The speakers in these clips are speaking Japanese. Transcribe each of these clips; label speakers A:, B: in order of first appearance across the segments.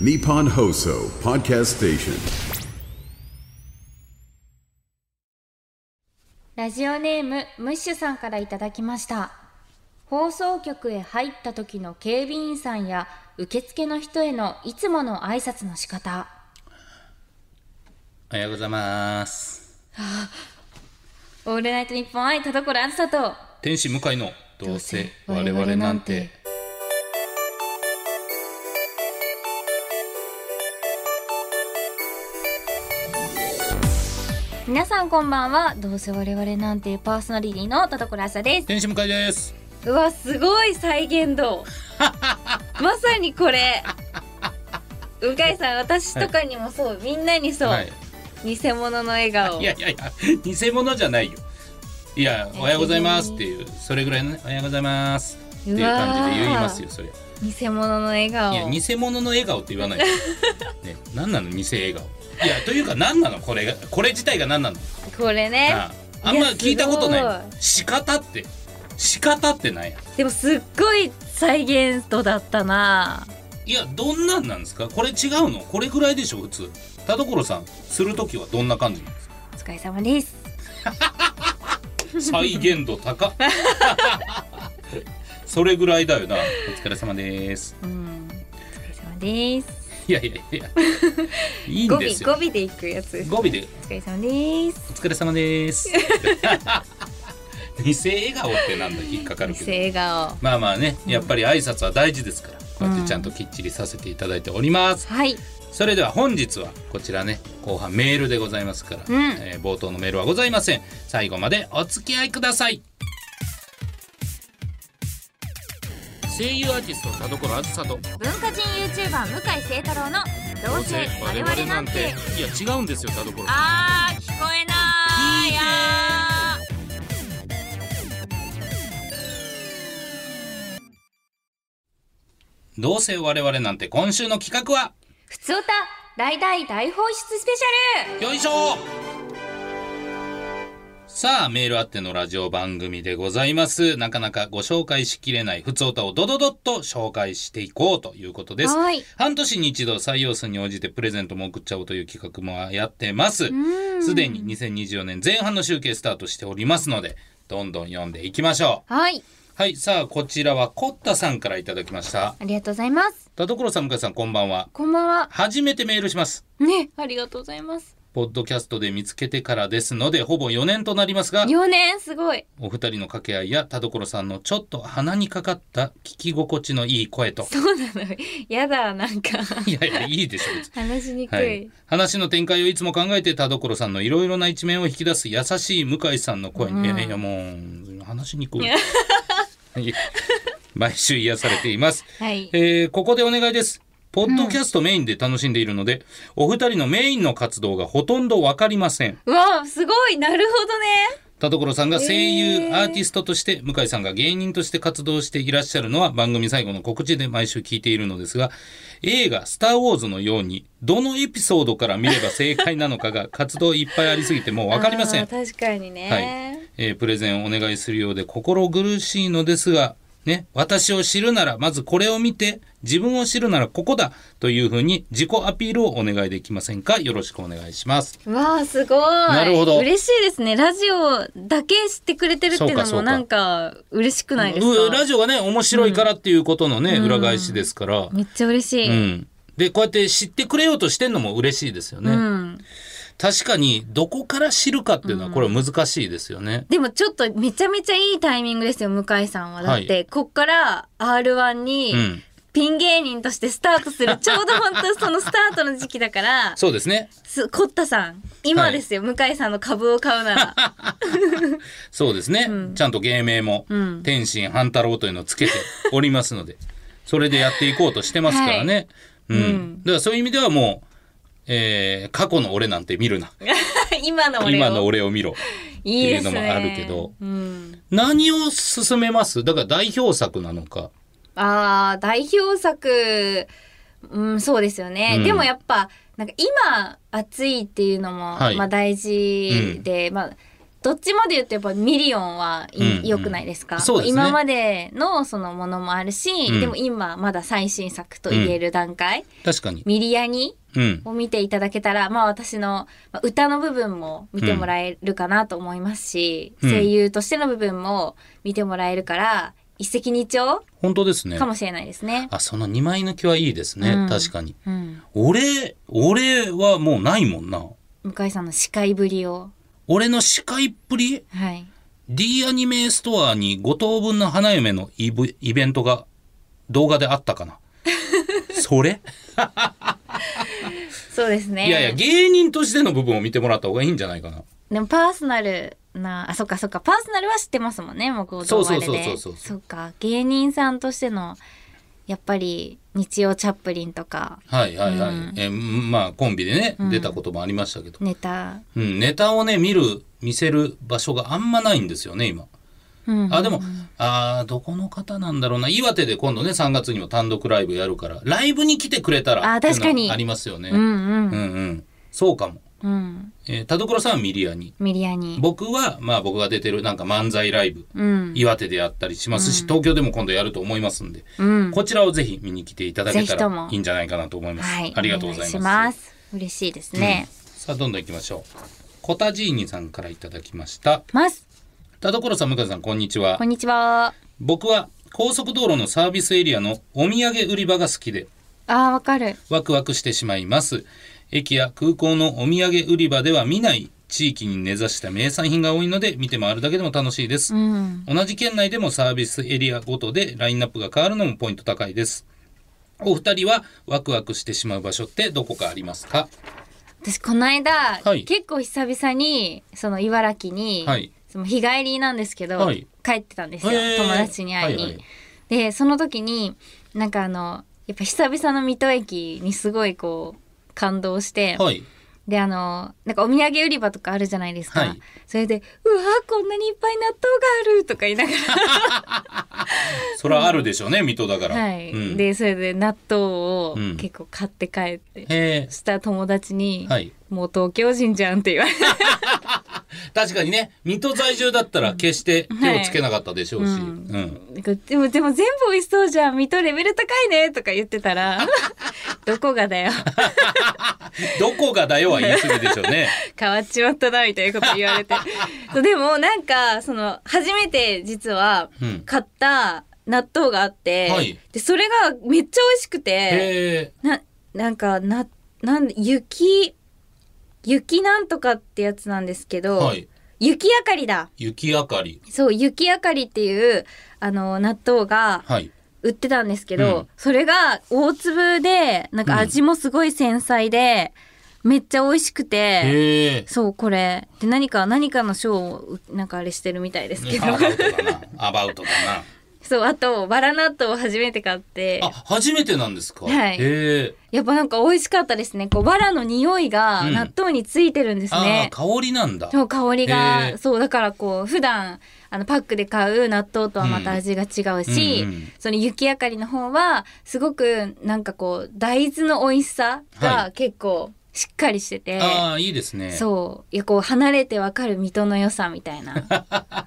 A: Nippon Hoso Podcast Station.
B: ラジオネームムッシュさんからいただきました放送局へ入った時の警備員さんや受付の人へのいつもの挨拶の仕方
C: おはようございます。
B: オールナイトニッポン愛田所あずさと
C: 天使向かいのどうせ
B: どう
C: 我
B: せ
C: 々なんて。
B: 皆さんこんばんはどうせ我々なんてパーソナリティの田所あずさです
C: 天使向かいです。
B: うわすごい再現 度まさにこれうかいさん私とかにもそう、みんなにそう、
C: はい。
B: 偽物の笑顔
C: いやいやいや、偽物じゃないよ。いや、おはようございますっていう、それぐらいのね、おはようございますっていう感じで言いますよ、それ。い
B: 偽物の笑顔
C: や、偽物の笑顔って言わないで。ね、なんなの、偽笑顔。いや、というか、なんなの、これが、これ自体がなんなの。
B: これね
C: ああんま聞いたこと
B: い
C: な
B: や
C: い。仕方って。仕方ってなんや。
B: でもすっごい再現度だったない
C: や、どんなんなんですか、これ違うの、これぐらいでしょ、普通。田所さん、するときはどんな感じなんですか
B: お疲れ様です
C: 再現 度高それぐらいだよなお疲れ様です
B: うんお疲れ様です
C: いやいやいやいい
B: 語
C: ん
B: 尾
C: です
B: 語
C: よ
B: 尾でいくやつ
C: 語尾で
B: お疲れ様です
C: お疲れ様です 偽笑顔ってなんだ引っかかる
B: 偽
C: けど
B: 笑顔
C: まあまあねやっぱり挨拶は大事ですからこうやってちゃんときっちりさせていただいております、
B: はい
C: それでは本日はこちらね後半メールでございますから、
B: ん
C: えー冒頭のメールはございません最後までお付き合いください声優アーティスト田所あずさと
B: 文化人 YouTuber 向井聖太郎のどうせ我々なんて
C: いや違うんですよ田所さん
B: あー聞こえない
C: いいね
B: あー
C: どうせ我々なんて今週の企画は
B: ふつおた大大大放出スペシャル
C: よいしょさあ、メールあってのラジオ番組でございます。なかなかご紹介しきれない普通歌をドドドッと紹介していこうということです。
B: はい
C: 半年に一度採用数に応じてプレゼントも送っちゃおうという企画もやってます。すでに2024年前半の集計スタートしておりますので、どんどん読んでいきましょ。
B: はいう
C: はい、さあ、こちらはコッタさんからいただきました。
B: ありがとうございます
C: 田所さん、向井さん、こんばんは。
B: こんばんは
C: 初めてメールします。
B: ねありがとうございます
C: ポッドキャストで見つけてからですので、ほぼ4年となりますが、
B: 4年すごい
C: お二人の掛け合いや田所さんのちょっと鼻にかかった聞き心地のいい声 と。
B: そうなのやだなんか
C: いやいや、いいでしょ、別に
B: 話しにくい、
C: はい、話の展開をいつも考えて田所さんのいろいろな一面を引き出す優しい向井さんの声に、いやいやもう話しにくい はい毎週癒されています、
B: はい
C: えーここでお願いですポッドキャストメインで楽しんでいるので、お二人のメインの活動がほとんどわかりません
B: うわすごいなるほどね
C: 田所さんが声優、アーティストとして向井さんが芸人として活動していらっしゃるのは番組最後の告知で毎週聞いているのですが映画「スター・ウォーズ」のようにどのエピソードから見れば正解なのかが活動いっぱいありすぎてもう分かりませ
B: あ
C: ん
B: ー、確かにね、
C: はいえープレゼンお願いするようで心苦しいのですが、ね、私を知るならまずこれを見て自分を知るならここだというふうに自己アピールをお願いできませんかよろしくお願いします。
B: うわあすごいな
C: るほど
B: 嬉しいですねラジオだけ知ってくれてるっていう
C: そう
B: の
C: かそ
B: も
C: うか
B: なんか嬉しくないです
C: う
B: か
C: ラジオがね面白いからっていうことのね、裏返しですから。
B: めっちゃ嬉し
C: う
B: い、
C: ん、でこうやって知ってくれようとしてんのも嬉しいですよね、
B: うん
C: 確かにどこから知るかっていうのはこれは難しいですよね、
B: でもちょっとめちゃめちゃいいタイミングですよ向井さんはだって、
C: は
B: こっから R1
C: うん
B: にピン芸人としてスタートする、ちょうど本当そのスタートの時期だから
C: そうですね
B: すコッタさん今ですよ、向井さんの株を買うな ら
C: そうですね、ちゃんと芸名も、天心半太郎というのを つけておりますのでそれでやっていこうとしてますからね、うんだからそういう意味ではもう、えー過去の俺なんて見るな
B: 今の俺を
C: 今の俺を見ろ
B: いいです
C: っていう
B: ね
C: のもあるけど
B: うん、
C: 何を進めますだから代表作なのか
B: あー代表作うんそうですよね、
C: うん
B: でもやっぱなんか今熱いっていうのも、
C: はい
B: まあ、大事で、まあどっちまで言うとやっぱミリオンはい
C: うん
B: 良くないですか、
C: そうですね
B: 今までのそのものもあるし、
C: うん
B: でも今まだ最新作と言える段階、
C: 確かに。
B: ミリアニ
C: うん。
B: を見ていただけたら、まあ私のまあ歌の部分も見てもらえるかなと思いますし、
C: うん
B: 声優としての部分も見てもらえるから、一石二鳥
C: 本当ですね
B: か。もしれないですね。
C: あ、その2枚抜きはいいですね。
B: うん
C: 確かに。
B: うん。
C: 俺、俺はもうないもんな。
B: 向井さんの司会ぶりを。
C: 俺の司会っぷり
B: はい。
C: D アニメストアに5等分の花嫁のイブイベントが動画であったか なそれ
B: そうですね。
C: いやいや芸人としての部分を見てもらった方がいいんじゃないかな
B: でもパーソナルな、あ、そっかそっか、パーソナルは知ってますもんね、もうこう、
C: そう
B: 動
C: そ
B: 画
C: う
B: で。
C: そうそうそうそう
B: そっか、芸人さんとしての、やっぱり、日曜チャップリンとか、
C: はいはいはい、
B: うん
C: えーまあコンビでね出たこともありましたけど、
B: ネタ。
C: うんネタをね見る見せる場所があんまないんですよね今
B: うん。
C: あでもあーどこの方なんだろうな岩手で今度ね3月にも単独ライブやるからライブに来てくれたら
B: あー確かに
C: っていうのはありますよね、
B: うんうん。
C: うんうんそうかも、
B: うん。
C: えー田所さんはミリアに
B: ミリアニ。
C: 僕は、まあ僕が出てるなんか漫才ライブ、
B: うん。
C: 岩手でやったりしますし、東京でも今度やると思いますんで、
B: うん。
C: こちらをぜひ見に来ていただけた
B: ぜひとも
C: らいいんじゃないかなと思います。
B: はい。
C: ありがとうございます。
B: お願いします。嬉しいですね。
C: さあ、どんどん行きましょう。コタジーニさんからいただきました。
B: ます。
C: 田所さん、向井さん、こんにちは
B: こ。んにちは。
C: 僕は高速道路のサービスエリアのお土産売り場が好きで、
B: あー、わかる。
C: ワクワクしてしまいます。駅や空港のお土産売り場では見ない地域に根ざした名産品が多いので、見て回るだけでも楽しいです。
B: うん。
C: 同じ県内でもサービスエリアごとでラインナップが変わるのもポイント高いですお二人はワクワクしてしまう場所ってどこかありますか
B: 私この間、
C: はい
B: 結構久々にその茨城に、
C: はい
B: その日帰りなんですけど、
C: はい
B: 帰ってたんですよ、
C: へー
B: 友達に会いに。
C: はいはい
B: でその時になんかあのやっぱ久々の水戸駅にすごいこう感動して、
C: はい
B: であのなんかお土産売り場とかあるじゃないですか、
C: はい
B: それで「うわーこんなにいっぱい納豆がある!」とか言いなが
C: それはあるでしょうね水戸だから
B: ら、はい
C: うん、
B: でそれで納豆を
C: うん
B: 結構買って帰って、
C: え
B: した友達に、
C: ーはい
B: もう東京人じゃん」って言われて、
C: 確かにね水戸在住だったら決して手をつけなかったでしょうし、
B: はい
C: うん
B: なんかでも、でも全部美味しそうじゃん。水戸レベル高いねとか言ってた ら、どこがだよ。
C: どこがだよは言い過ぎでしょ うね
B: 変わっちまったな、みたいなこと言 われて。そうでも、なんか、その、初めて実は
C: うん、
B: 買った納豆があって、
C: はい
B: で、それがめっちゃ美味しくて、
C: え
B: な、なんか、な、なん、雪、雪なんとかってやつなんですけ
C: ー
B: ど、
C: はい
B: 雪あかりだ。
C: 雪あかり
B: そう、雪あかりっていう、あの、納豆が、
C: はい
B: 売ってたんですけど、
C: うん
B: それが大粒でなんか味もすごい繊細で、めっちゃ美味しくて、
C: へえ
B: そうこれで何か何かの賞をうなんかあれしてるみたいですけど
C: アバウトだなアバウトだな
B: そうあとバラ納豆を初めて買って
C: あ初めてなんですか
B: はい
C: へえ
B: やっぱなんか美味しかったですねこうバラの匂いが
C: うん
B: 納豆についてるんです
C: あ
B: ね
C: あ、香りなんだ
B: そう香り
C: へえ
B: がそうだからこう普段あのパックで買う納豆とはまた味が違うし、
C: うんうんうん
B: その雪あかりの方はすごくなんかこう大豆の美味しさ
C: は
B: が結構しっかりしてて、
C: ああいいですね
B: そういやこう離れてわかる水戸の良さみたい な、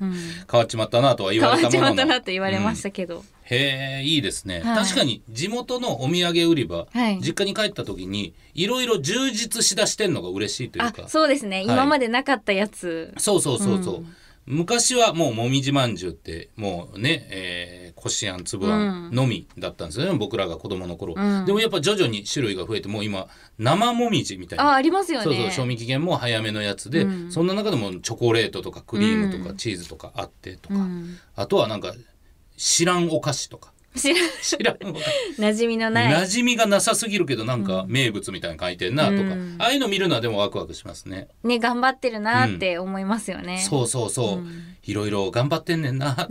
B: うん、
C: 変わっちまったなとは言
B: 変
C: わ
B: わ
C: れたもの
B: っ
C: の
B: ちまったなって言われまし
C: うん
B: たけど、
C: へえいいですね、
B: はい
C: 確かに地元のお土産売り場、
B: はい
C: 実家に帰った時にいろいろ充実しだしてんのが嬉しいという
B: あ
C: か
B: そうですね、今までなかったやつ
C: そうそうそうそう、昔はもうもみじまんじゅうってもうね、えー、こしあんつぶあんのみだったんですよね、僕らが子供の頃、でもやっぱ徐々に種類が増えてもう今生もみじみたいな
B: あありますよね
C: そうそう賞味期限も早めのやつで、そんな中でもチョコレートとかクリームとかチーズとかあってとか、あとはなんか知らんお菓子とか
B: 知ら
C: 知らんお菓子
B: 馴染みのない
C: 馴染みがなさすぎるけどなんか名物みたいなの書いてんなとか、
B: うん
C: ああいうの見るのはでもワクワクしますね、
B: ね頑張ってるなって思いますよね、
C: そうそうそう、いろいろ頑張ってんねんな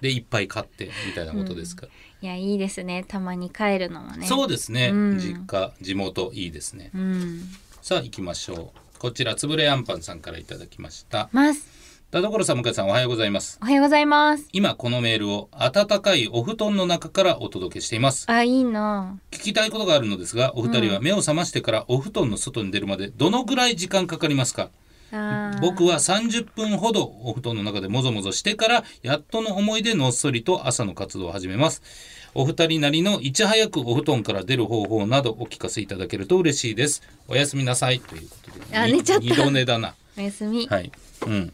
C: でいっぱい買ってみたいなことですから、
B: いやいいですねたまに帰るのもね
C: そうですね、
B: うん
C: 実家地元いいですね、
B: うん
C: さあ行きましょうこちらつぶれあんぱんさんからいただきました
B: ます
C: 田所さん向井さんおはようございます
B: おはようございます
C: 今このメールを暖かいお布団の中からお届けしています
B: あいいな
C: 聞きたいことがあるのですがお二人は目を覚ましてからお布団の外に出るまでどのぐらい時間かかりますか、
B: あー
C: 僕は30分ほどお布団の中でもぞもぞしてからやっとの思いでのっそりと朝の活動を始めますお二人なりのいち早くお布団から出る方法などお聞かせいただけると嬉しいですおやすみなさいということで
B: あ
C: に
B: 寝ちゃった
C: 二度寝だな
B: おやすみ、
C: はいうん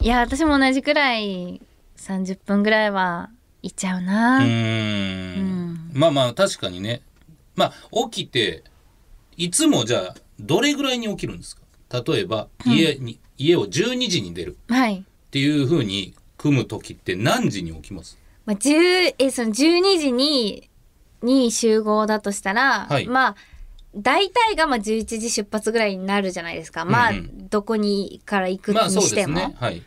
B: い、や私も同じくらい30分ぐらいはいっちゃうな、
C: うーんまあまあ確かにねまあ起きていつもじゃあどれぐらいに起きるんですか例えば家に、家を12時に出る
B: はい、
C: っていうふうに組む時って何時に起きます
B: まあ、10えその12時にに集合だとしたら、
C: はい
B: まあ大体がまあ11時出発ぐらいになるじゃないですか、まあ
C: うんうん
B: どこにから行くに
C: まあそう
B: して
C: です
B: も、
C: ねはい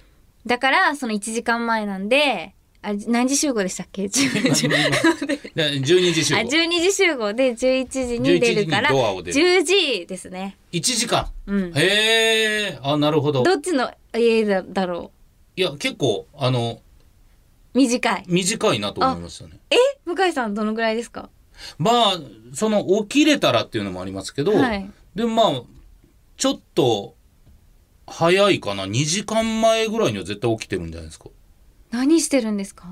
B: だからその1時間前なんであ何時集合でしたっけ 10時
C: で12時集
B: あ
C: 合
B: 12時集合で11時に出るから
C: 11時にドアを出
B: 10時ですね
C: 1時間、
B: うん
C: へえあなるほど
B: どっちの家だだろ
C: いや結構あの
B: う短い
C: 短いなと思いましたね
B: え向井さんどのぐらいですか
C: まあその起きれたらっていうのもありますけど、
B: はい
C: でもまあちょっと早いかな2時間前ぐらいには絶対起きてるんじゃないですか
B: 何してるんですか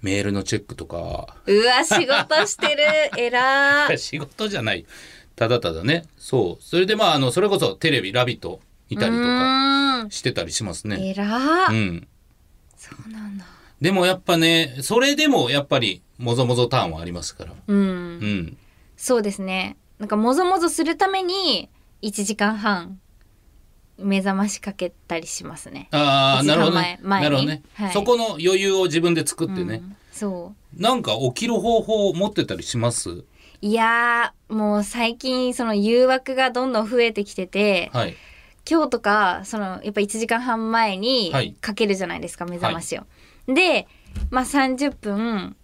C: メールのチェックとか
B: うわ仕事して るえらー
C: 仕事じゃないただただねそうそれでまああのそれこそテレビ「ラビット!」見たりとか
B: うーん
C: してたりしますね
B: えら
C: う
B: ー
C: ん
B: そうなんだ
C: でもやっぱねそれでもやっぱりもぞもぞターンはありますから
B: うん
C: うん
B: そうですねなんかもぞもぞするために1時間半目覚ましかけたりしますね
C: ああ
B: 一時間
C: なるほど
B: 前
C: ね
B: 前に
C: なるほどね、
B: はい
C: そこの余裕を自分で作ってね、
B: そう
C: なんか起きる方法を持ってたりします
B: いやーもう最近その誘惑がどんどん増えてきてて、
C: はい
B: 今日とかそのやっぱ1時間半前
C: はい
B: にかけるじゃないですか、目覚ましを。で、まあ、30分、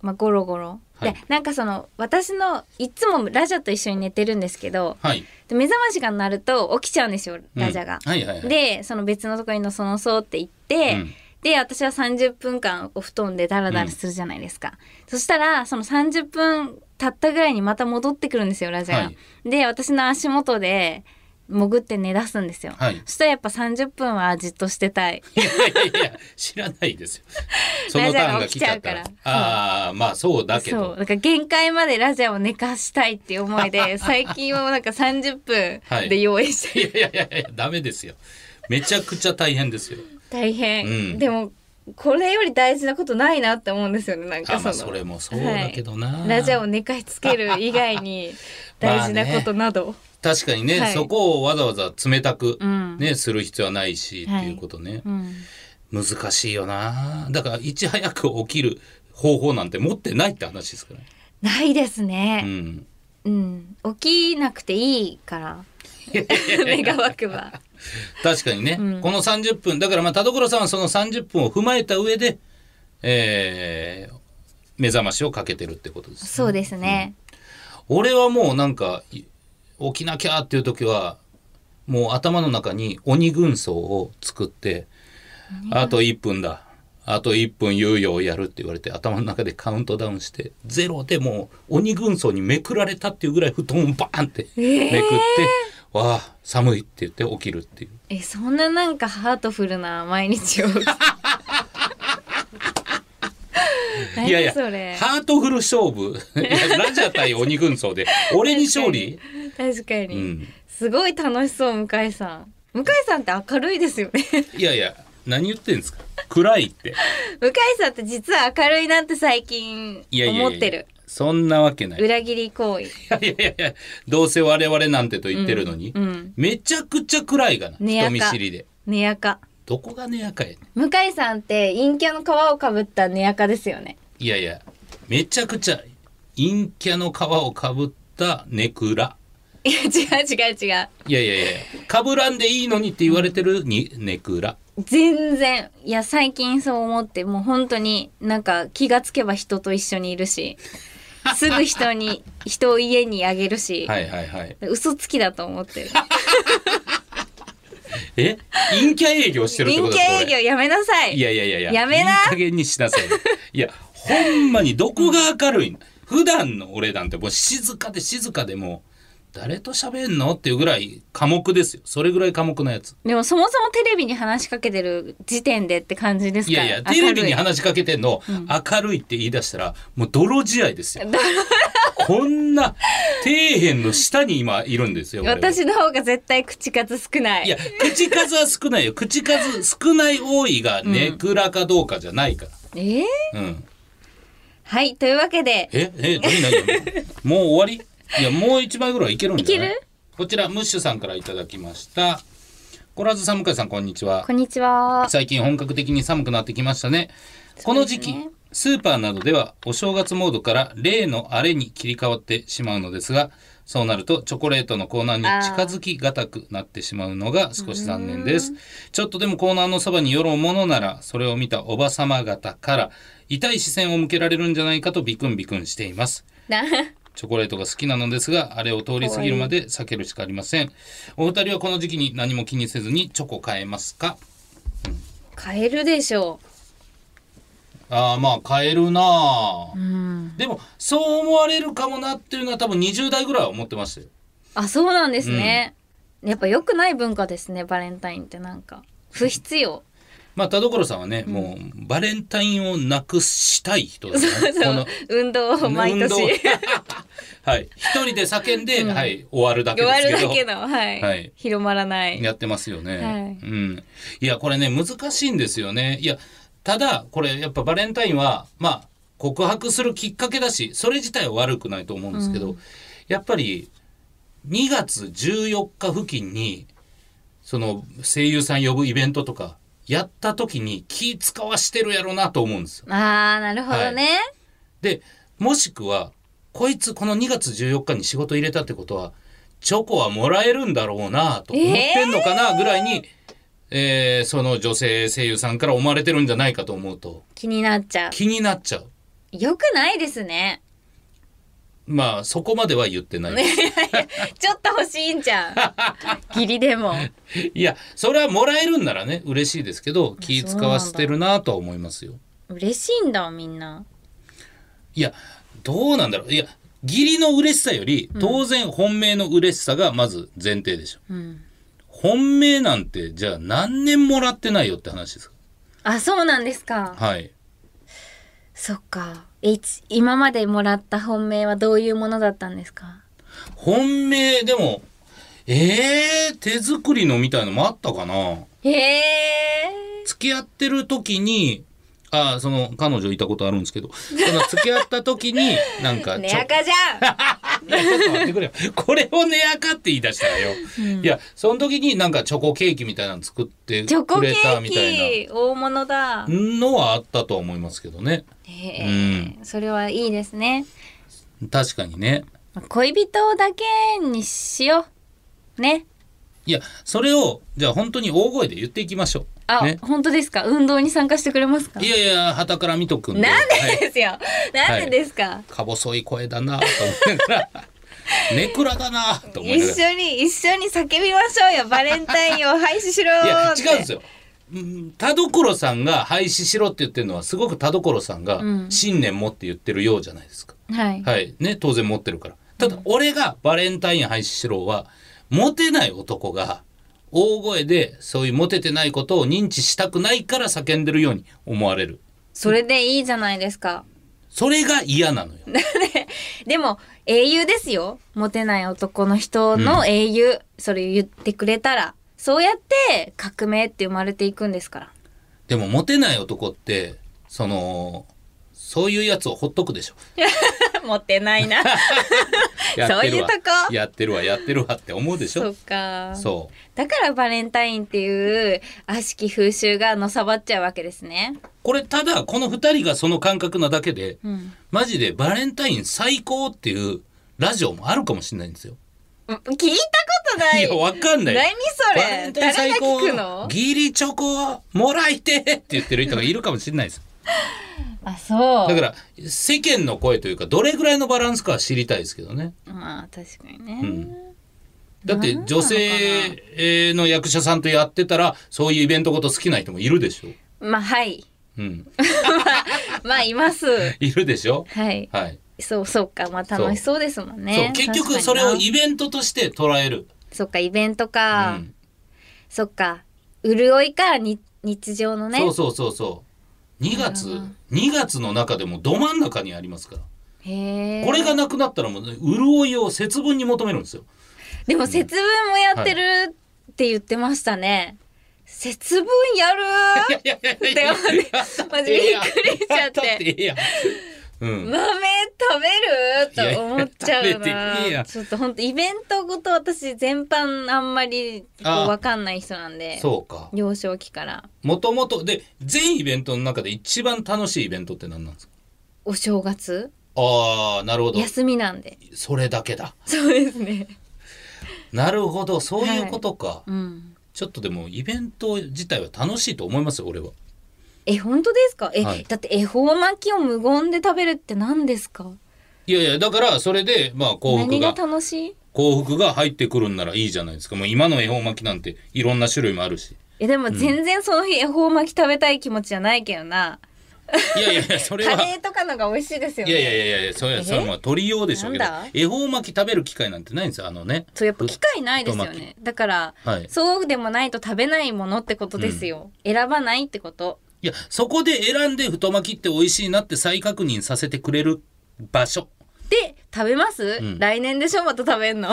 B: まあ、ゴロゴロ。
C: はい
B: でなんかその私のいつもラジャと一緒に寝てるんですけど
C: はい
B: で目覚ましが鳴ると起きちゃうんですよラジャが。
C: うんはいはいはい
B: でその別のとこにのそのそうって行って、
C: うん
B: で私は30分間お布団でダラダラするじゃないですか、そしたらその30分経ったぐらいにまた戻ってくるんですよラジャが。
C: はい
B: で私の足元で潜って寝出すんですよ、
C: はい
B: そしたらやっぱ30分はじっとしてたい
C: いやいやいや知らないです よ。そのターンが来ちゃったら
B: ラジャーが起きちゃうから
C: ああまあそうだけ
B: そう
C: ど
B: だから限界までラジャを寝かしたいっていう思い で最近はなんか30
C: はい
B: 分で用意して、
C: いやいやいやいやダメですよめちゃくちゃ大変ですよ。
B: 大変、
C: うん
B: でもこれより大事なことないなって思うんですよねなん
C: あ
B: かそ
C: ま
B: の
C: あそれもそうだけどな、
B: はいラジャを寝かしつける以外 に大事なことなど、
C: 確かにね、
B: はい
C: そこをわざわざ冷たく、
B: ん
C: ねする必要はないし、っていうことね、
B: うん
C: 難しいよなだからいち早く起きる方法なんて持ってないって話ですから、ね
B: ないです
C: う
B: ね、
C: ん、
B: うん起きなくていいから 目が湧くわ
C: 確かにね、この30分だからまあ田所さんはその30分を踏まえた上で、えー目覚ましをかけてるってことです
B: そうですね、
C: 俺はもうなんかい起きなきゃっていう時はもう頭の中に鬼軍曹を作ってあと1分だあと1分猶予をやるって言われて頭の中でカウントダウンしてゼロでもう鬼軍曹にめくられたっていうぐらい布団をバーンってめくって、わあ寒いって言って起きるっていう
B: えそんななんかハートフルな毎 日を何
C: いや いや
B: それ
C: ハートフル勝負 いやラジャ対鬼軍曹で俺に勝利
B: 確かに、
C: うん
B: すごい楽しそう向井さん向井さんって明るいですよね
C: いやいや何言ってんですか暗いって。
B: 向井さんって実は明るいなって最近
C: いやいやいや
B: 思ってる
C: そんなわけない。い
B: 裏切り行為
C: やいやいや、どうせ我々なんてと言ってるのに、
B: うん
C: めちゃくちゃ暗いがな、
B: ねや
C: 人
B: か
C: 見知りで。
B: 寝やか
C: どこがねやかやねん
B: 向井さんって陰キャの皮をかぶった寝やかですよね
C: いやいや、めちゃくちゃ陰キャの皮をかぶったネクラ。
B: いや違う違う違う
C: いやいやいや、かぶらんでいいのにって言われてるに、ネクラ。
B: 全然いや最近そう思ってもう本当になんか気がつけば人と一緒にいる しすぐ人に人を家にあげるし、
C: はいはいはい。
B: 嘘つきだと思ってる
C: え陰キャ営業してるって
B: 人
C: こと
B: 気
C: ですか
B: 営業やめなさい
C: いやいやいやいや。
B: やめない
C: い加減にしなさい。いや、ほんまにどこが明るいの普段の俺なんてもう静かで静かでも誰と喋んのっていうぐらい寡黙ですよ。それぐらい寡黙なやつ。
B: でもそもそもテレビに話しかけてる時点でって感じです
C: い
B: か
C: やいや、テレビ
B: 明る
C: に
B: い
C: 話しかけてんの、明るいって言い出したら、もう 泥仕合ですよ。こんな、底辺の下に今いるんですよ。俺は
B: 私の方が絶対口数少ない
C: いや、口数は少ないよ。口数少ない多いが、ネクラかどうかじゃないか
B: えー
C: ら。うん。
B: はいというわけで
C: え、え、何何 もうもう終わりいや、もう一枚ぐらいいけるんじゃない
B: いける
C: こちら、ムッシュさんからいただきました。コラズさん、向井さん、こんにちは。
B: こんにちは
C: 最近本格的に寒くなってきましたね。この時期、スーパーなどではお正月モードから例のあれに切り替わってしまうのですが、そうなるとチョコレートのコーナーに近づきがたくなってしまうのが少し残念です。ちょっとでもコーナーのそばに寄ろうものなら、それを見たおばさま方から痛い視線を向けられるんじゃないかとビクンビクンしています。
B: な
C: チョコレートが好きなのですが、あれを通り過ぎるまで避けるしかありません。お二人はこの時期に何も気にせずにチョコ買えますか
B: 買えるでしょ
C: ああまあ変えるなあ、
B: う、うん、
C: でもそう思われるかもなっていうのは多分20代ぐらいは思ってましたよ
B: あそうなんですね、やっぱ良くない文化ですねバレンタインってなんか不必要
C: まあ田所さんはね、もうバレンタインをなくしたい人だからね
B: その運動を毎
C: 運
B: 年
C: 動 はい一人で叫んで、はい終わるだけ
B: 終
C: です
B: わ
C: けど
B: るだけの、はい
C: はい
B: 広まらない
C: やってますよね、
B: はい
C: うんいやこれね難しいんですよねいやただこれやっぱバレンタインはまあ告白するきっかけだしそれ自体は悪くないと思うんですけど、やっぱり2月14日付近にその声優さん呼ぶイベントとかやった時に気使わしてるやろなと思うんですよ
B: あーなるほどね、
C: でもしくはこいつこの2月14日に仕事入れたってことはチョコはもらえるんだろうなと思ってんのかなぐらいに、えーその女性声優さんから思われてるんじゃないかと思うと
B: 気になっちゃう
C: 気になっちゃう
B: 良くないですね
C: まあそこまでは言ってな い
B: ちょっと欲しいんじゃ んギリでも
C: いやそれはもらえるんならね嬉しいですけど気使わせてるなとは思いますよ
B: 嬉しいんだみんない
C: やどうなんだろういや義理の嬉しさより当然本命の嬉しさがまず前提でしょ、
B: うん
C: 本命なんてじゃあ何年もらってないよって話です
B: あそうなんですか
C: はい
B: そっかえいつ今までもらった本命はどういうものだったんですか
C: 本命でもえー、手作りのみたいのもあったかな
B: へえ
C: 付き合ってる時にあーその彼女いたことあるんですけどその付き合った時にな んか
B: ね
C: ちょ
B: やかじゃん
C: いやちょ っと待ってくれよこれをねやかって言い出したらよ、いやその時になんかチョコケーキみたいなの作って
B: チョコ
C: く
B: ケ
C: れたみたい
B: ーキ大物だ
C: なのはあったとは思いますけどね
B: へえそれはいいですね
C: 確かにね
B: 恋人だけにしようね
C: いやそれをじゃあ本当に大声で言っていきましょう
B: あ、
C: ね、
B: 本当ですか運動に参加してくれますか
C: いやいや旗から見とくんで
B: なん
C: はい
B: でですよ、なんでですか、
C: か細い声だなと思いながら ネクラだなと思いな
B: 一
C: がら
B: 緒に一緒に叫びましょうよバレンタインを廃止しろ
C: い
B: ー
C: や
B: って
C: 違うんですようん田所さんが廃止しろって言ってるのはすごく田所さんが
B: ん
C: 信念持って言ってるようじゃないですか、
B: はい、
C: はいね当然持ってるからただ俺がバレンタイン廃止しろはモテない男が大声でそういうモテてないことを認知したくないから叫んでるように思われる
B: それでいいじゃないですか
C: それが嫌なのよ
B: でも英雄ですよモテない男の人の英雄、それ言ってくれたらそうやって革命って生まれていくんですから
C: でもモテない男ってそのそういうやつをほっとくでしょ
B: モテない な
C: やってるわ
B: そういうとこ
C: やってるわやってるわって思うでし
B: そ
C: ょ
B: うか
C: そう
B: だからバレンタインっていう悪しき風習がのさばっちゃうわけですね
C: これただこの2人がその感覚なだけで、
B: ん
C: マジでバレンタイン最高っていうラジオもあるかもしれないんですよ。
B: うん聞いたことないい
C: やわかんない
B: 何そ
C: バレ
B: れ
C: ンタイ
B: 誰
C: ン最
B: が
C: 高
B: 聞くの
C: ギリチョコもらいてって言ってる人がいるかもしれないです。
B: あそう
C: だから世間の声というかどれぐらいのバランスかは知りたいですけどね。
B: まあ確かにね、
C: んだって女性の役者さんとやってたらそういうイベントごと好きな人もいるでしょ。
B: まあはい
C: うん、
B: まあいます
C: いるでしょ。
B: はい
C: はい。
B: そうそうかまあ楽しそうですもん
C: そ
B: ね
C: う結局それを
B: イ
C: イベントとして捉える、
B: そっかイベント
C: う
B: か、
C: ん、
B: そっか潤いからに日常のね
C: そうそうそうそう2月2月の中でもど真ん中にありますから
B: へえ
C: これがなくなったらもう潤いを節分に求めるんですよ
B: でも節分もやってるって言ってましたね、節分やるー
C: いやいやいやい
B: で
C: や
B: もねマジびっくりしちゃって
C: やったってええやんうん
B: 豆食べると思っちゃう
C: いや食べていいや
B: なちょっと本当イベントごと私全般あんまりこ
C: あ
B: う分かんない人なんで
C: そうか
B: 幼少期から
C: もともとで全イベントの中で一番楽しいイベントって何なんですか
B: お正月
C: ああなるほど
B: 休みなんで
C: それだけだ
B: そうですね
C: なるほどそういうことか、
B: うん
C: ちょっとでもイベント自体は楽しいと思いますよ俺は
B: え本当ですかえ、
C: はい
B: だって恵方巻きを無言で食べるって何ですか
C: いやいやだからそれでまあ幸福
B: 何が
C: が
B: 楽しい
C: 幸福が入ってくるんならいいじゃないですかもう今の恵方巻きなんていろんな種類もあるし
B: えでも全然その日恵方巻き食べたい気持ちじゃないけどな、
C: いや いやいやそれ
B: カ
C: は
B: レーとかのが美味しいですよ
C: い
B: ね
C: やいやいやいやそれ
B: え
C: それは取りようでしょうけど
B: なんだ
C: 恵方巻き食べる機会なんてないんですよあのね
B: そうやっぱ機会ないですよ
C: 太巻
B: ねだから、
C: はい
B: そうでもないと食べないものってことですよ、選ばないってこと
C: いやそこで選んで太巻きって美味しいなって再確認させてくれる場所
B: で食べます、
C: ん
B: 来年でしょまた食べんの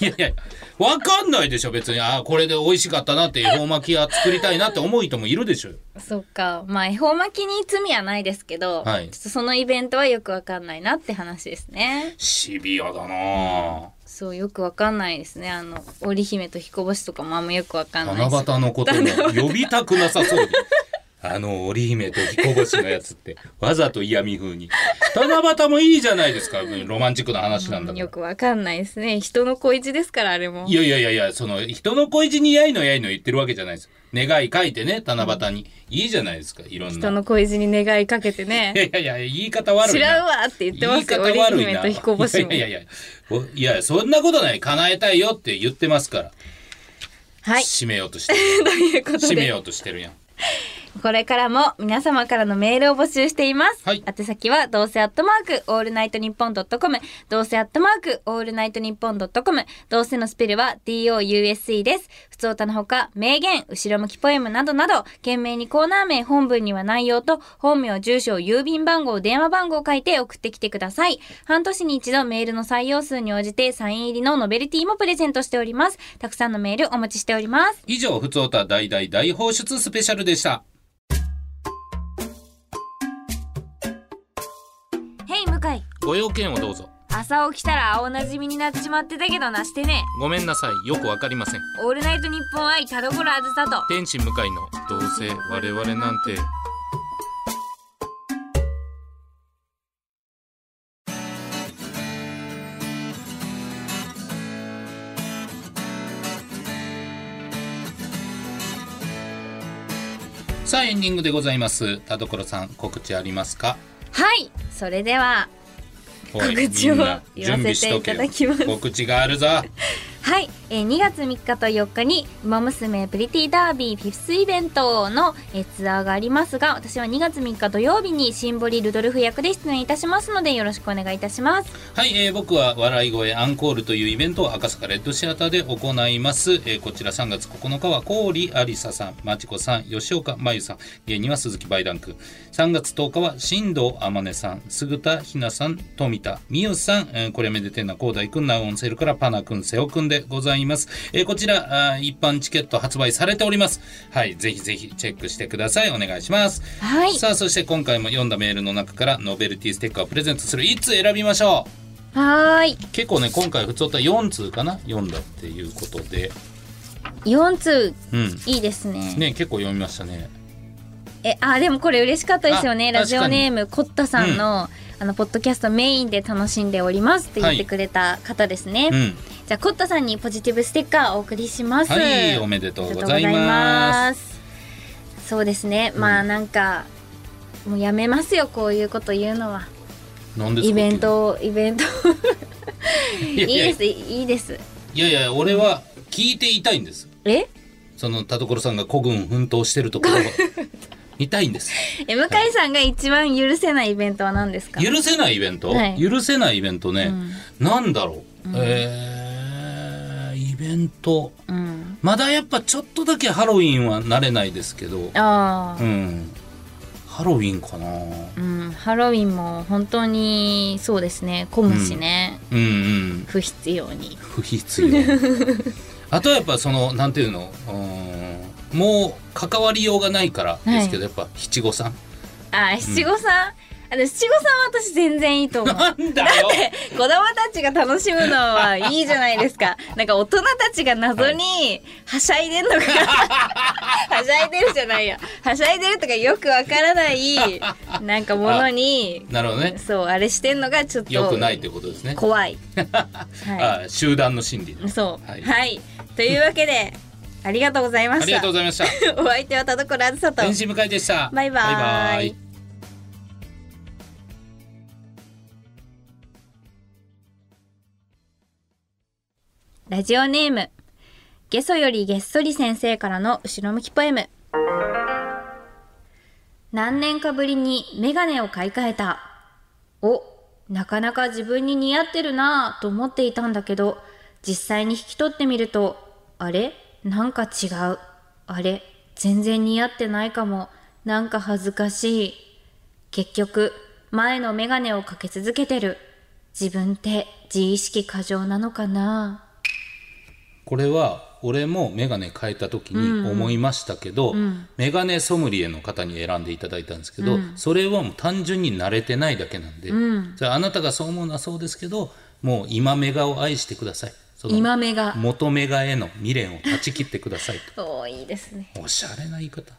C: いやいやわかんないでしょ別にああこれで美味しかったなって恵方巻きは作りたいなって思う人もいるでしょう
B: そっかまあ恵方巻きに罪はないですけど、
C: はい
B: ちょっとそのイベントはよくわかんないなって話ですね
C: シビアだなあ
B: そうよくわかんないですねあの織姫と彦星とかもあんまよくわかんないし
C: 七夕のことも呼びたくなさそうにあの織姫と彦星のやつってわざと嫌味風に七夕もいいじゃないですかロマンチックな話なんだか
B: よ
C: ら。
B: くわかんないですね人の恋路ですからあれも
C: いやいやいやいや、その、人の恋路にやいのやいの言ってるわけじゃないです。願い書いてね、七夕に。いいじゃないですか、いろん
B: 人
C: な。
B: の恋路に願いかけて
C: いや
B: ね
C: いやいや、言い方悪
B: 知
C: いな。
B: らんわって言ってますよ
C: 言い方悪
B: 織
C: い
B: 姫
C: な。
B: と彦星も
C: いやいやいやおいや、そんなことない。叶えたいよって言ってますから。
B: はい
C: 締めようとして る。
B: ということ
C: 締め
B: で
C: ようとしてるやん。
B: これからも皆様からのメールを募集しています、
C: はい
B: 宛先はどうせアットマークオールナイトニッポンドットコムどうせアットマークオールナイトニッポンドットコムどうせのスペルは DOUSE です普通歌のほか名言後ろ向きポエムなどなど懸命にコーナー名本文には内容と本名住所郵便番号電話番号を書いて送ってきてください半年に一度メールの採用数に応じてサイン入りのノベルティもプレゼントしておりますたくさんのメールお待ちしております
C: 以上、ふつおた大大大放出スペシャルでした。
B: ヘイ向井
C: ご用件をどうぞ。
B: 朝起きたら青なじみになっちまってたけどなしてね
C: ごめんなさい。よくわかりません。
B: オールナイトニッポン愛田所あずさと
C: 天使向かいの、どうせ我々なんて。さあエンディングでございます田所さん告知ありますか
B: はいそれでは
C: おい
B: 告知を
C: みんな
B: 言わせて
C: 準備しとけよ
B: いただきます
C: 告知があるぞ
B: はい、えー2月3日と4日に「ウマ娘プリティダービーフィフスイベントの」えーツアーがありますが私は2月3日土曜日にシンボリルドルフ役で出演いたしますのでよろしくお願いいたします
C: はい、えー僕は笑い声アンコールというイベントを赤坂レッドシアターで行います。えーこちら3月9日は郡ありささん、まちこさん、吉岡まゆさん、芸人は鈴木梅蘭君。3月10日は新藤あまねさん、す田ひなさん、富田美代さん、えーこれめでてな広大くん、ナウオンセルからパナくん、瀬尾くんでございます。えーこちらあー、一般チケット発売されております。はい、ぜひぜひチェックしてください。お願いします。
B: はい
C: さあ、そして今回も読んだメールの中からノベルティステッカーをプレゼントするいつ選びましょう
B: はーい
C: 結構ね今回普通った4通かな読んだっていうことで
B: 4通
C: うん
B: いいですね
C: ね結構読みましたね
B: えあでもこれ嬉しかったですよね
C: あ
B: ラジオ
C: 確かに
B: ネームコッタさんの、あのポッドキャストメインで楽しんでおりますって言ってくれた方ですね、
C: うん
B: じゃあコッタさんにポジティブステッカーお送りします
C: はいおめでとうございます
B: そうですねまあなんか、もうやめますよこういうこと言うのは
C: すなんですか
B: イベントをイベントいい
C: いやいや
B: ですいいです
C: いやいや俺は聞いていたいんです
B: え
C: その田所さんが孤軍奮闘してるところを痛いんです。
B: え向井さんが一番許せないイベントは何ですか
C: 許せないイベント、
B: はい
C: 許せないイベントね、なんだろう、えー、イベント
B: うん
C: まだやっぱちょっとだけハロウィンは慣れないですけど
B: あ
C: う
B: あ
C: んハロウィンかな
B: うんハロウィンも本当にそうですね混むしね、
C: うんうん
B: 不必要に
C: 不必 要あとはやっぱそのなんていうのうーんもう関わりようがないからですけど、やっぱ七五三
B: あー七五三、あでも七五三は私全然いいと思う
C: なんだよ
B: 子供たちが楽しむのはいいじゃないです か。なんか大人たちが謎にはしゃいでんのか、はしゃいでるじゃないや。はしゃいでるとかよくわからないなんかものに、
C: なるほどね
B: そうあれしてんのがちょっと
C: よくないということですね、
B: 怖 い。は
C: あー集団の心理
B: い。そう、
C: は
B: はい。
C: い
B: というわけでありがとうございま
C: あ
B: し
C: りが
B: た
C: とう。ございました
B: お相手は田所あずさと。
C: 天使向井でした
B: バイバイ
C: バイ
B: ラジオネームゲソよりげっそり先生からの後ろ向きポエム何年かぶりにメガネを買い替えたおなかなか自分に似合ってるなぁと思っていたんだけど実際に引き取ってみるとあれなんか違うあれ全然似合ってないかもなんか恥ずかしい結局前のメガネをかけ続けてる自分って自意識過剰なのかなぁ
C: これは俺も眼鏡変えた時に思いましたけど、メガネソムリエの方に選んでいただいたんですけど、それはもう単純に慣れてないだけなんで、それあなたがそう思うのはそうですけどもう今メガを愛してくださいその
B: 今目が
C: 元メガへの未練を断ち切ってください
B: おーいいですね
C: とおしゃれな言い方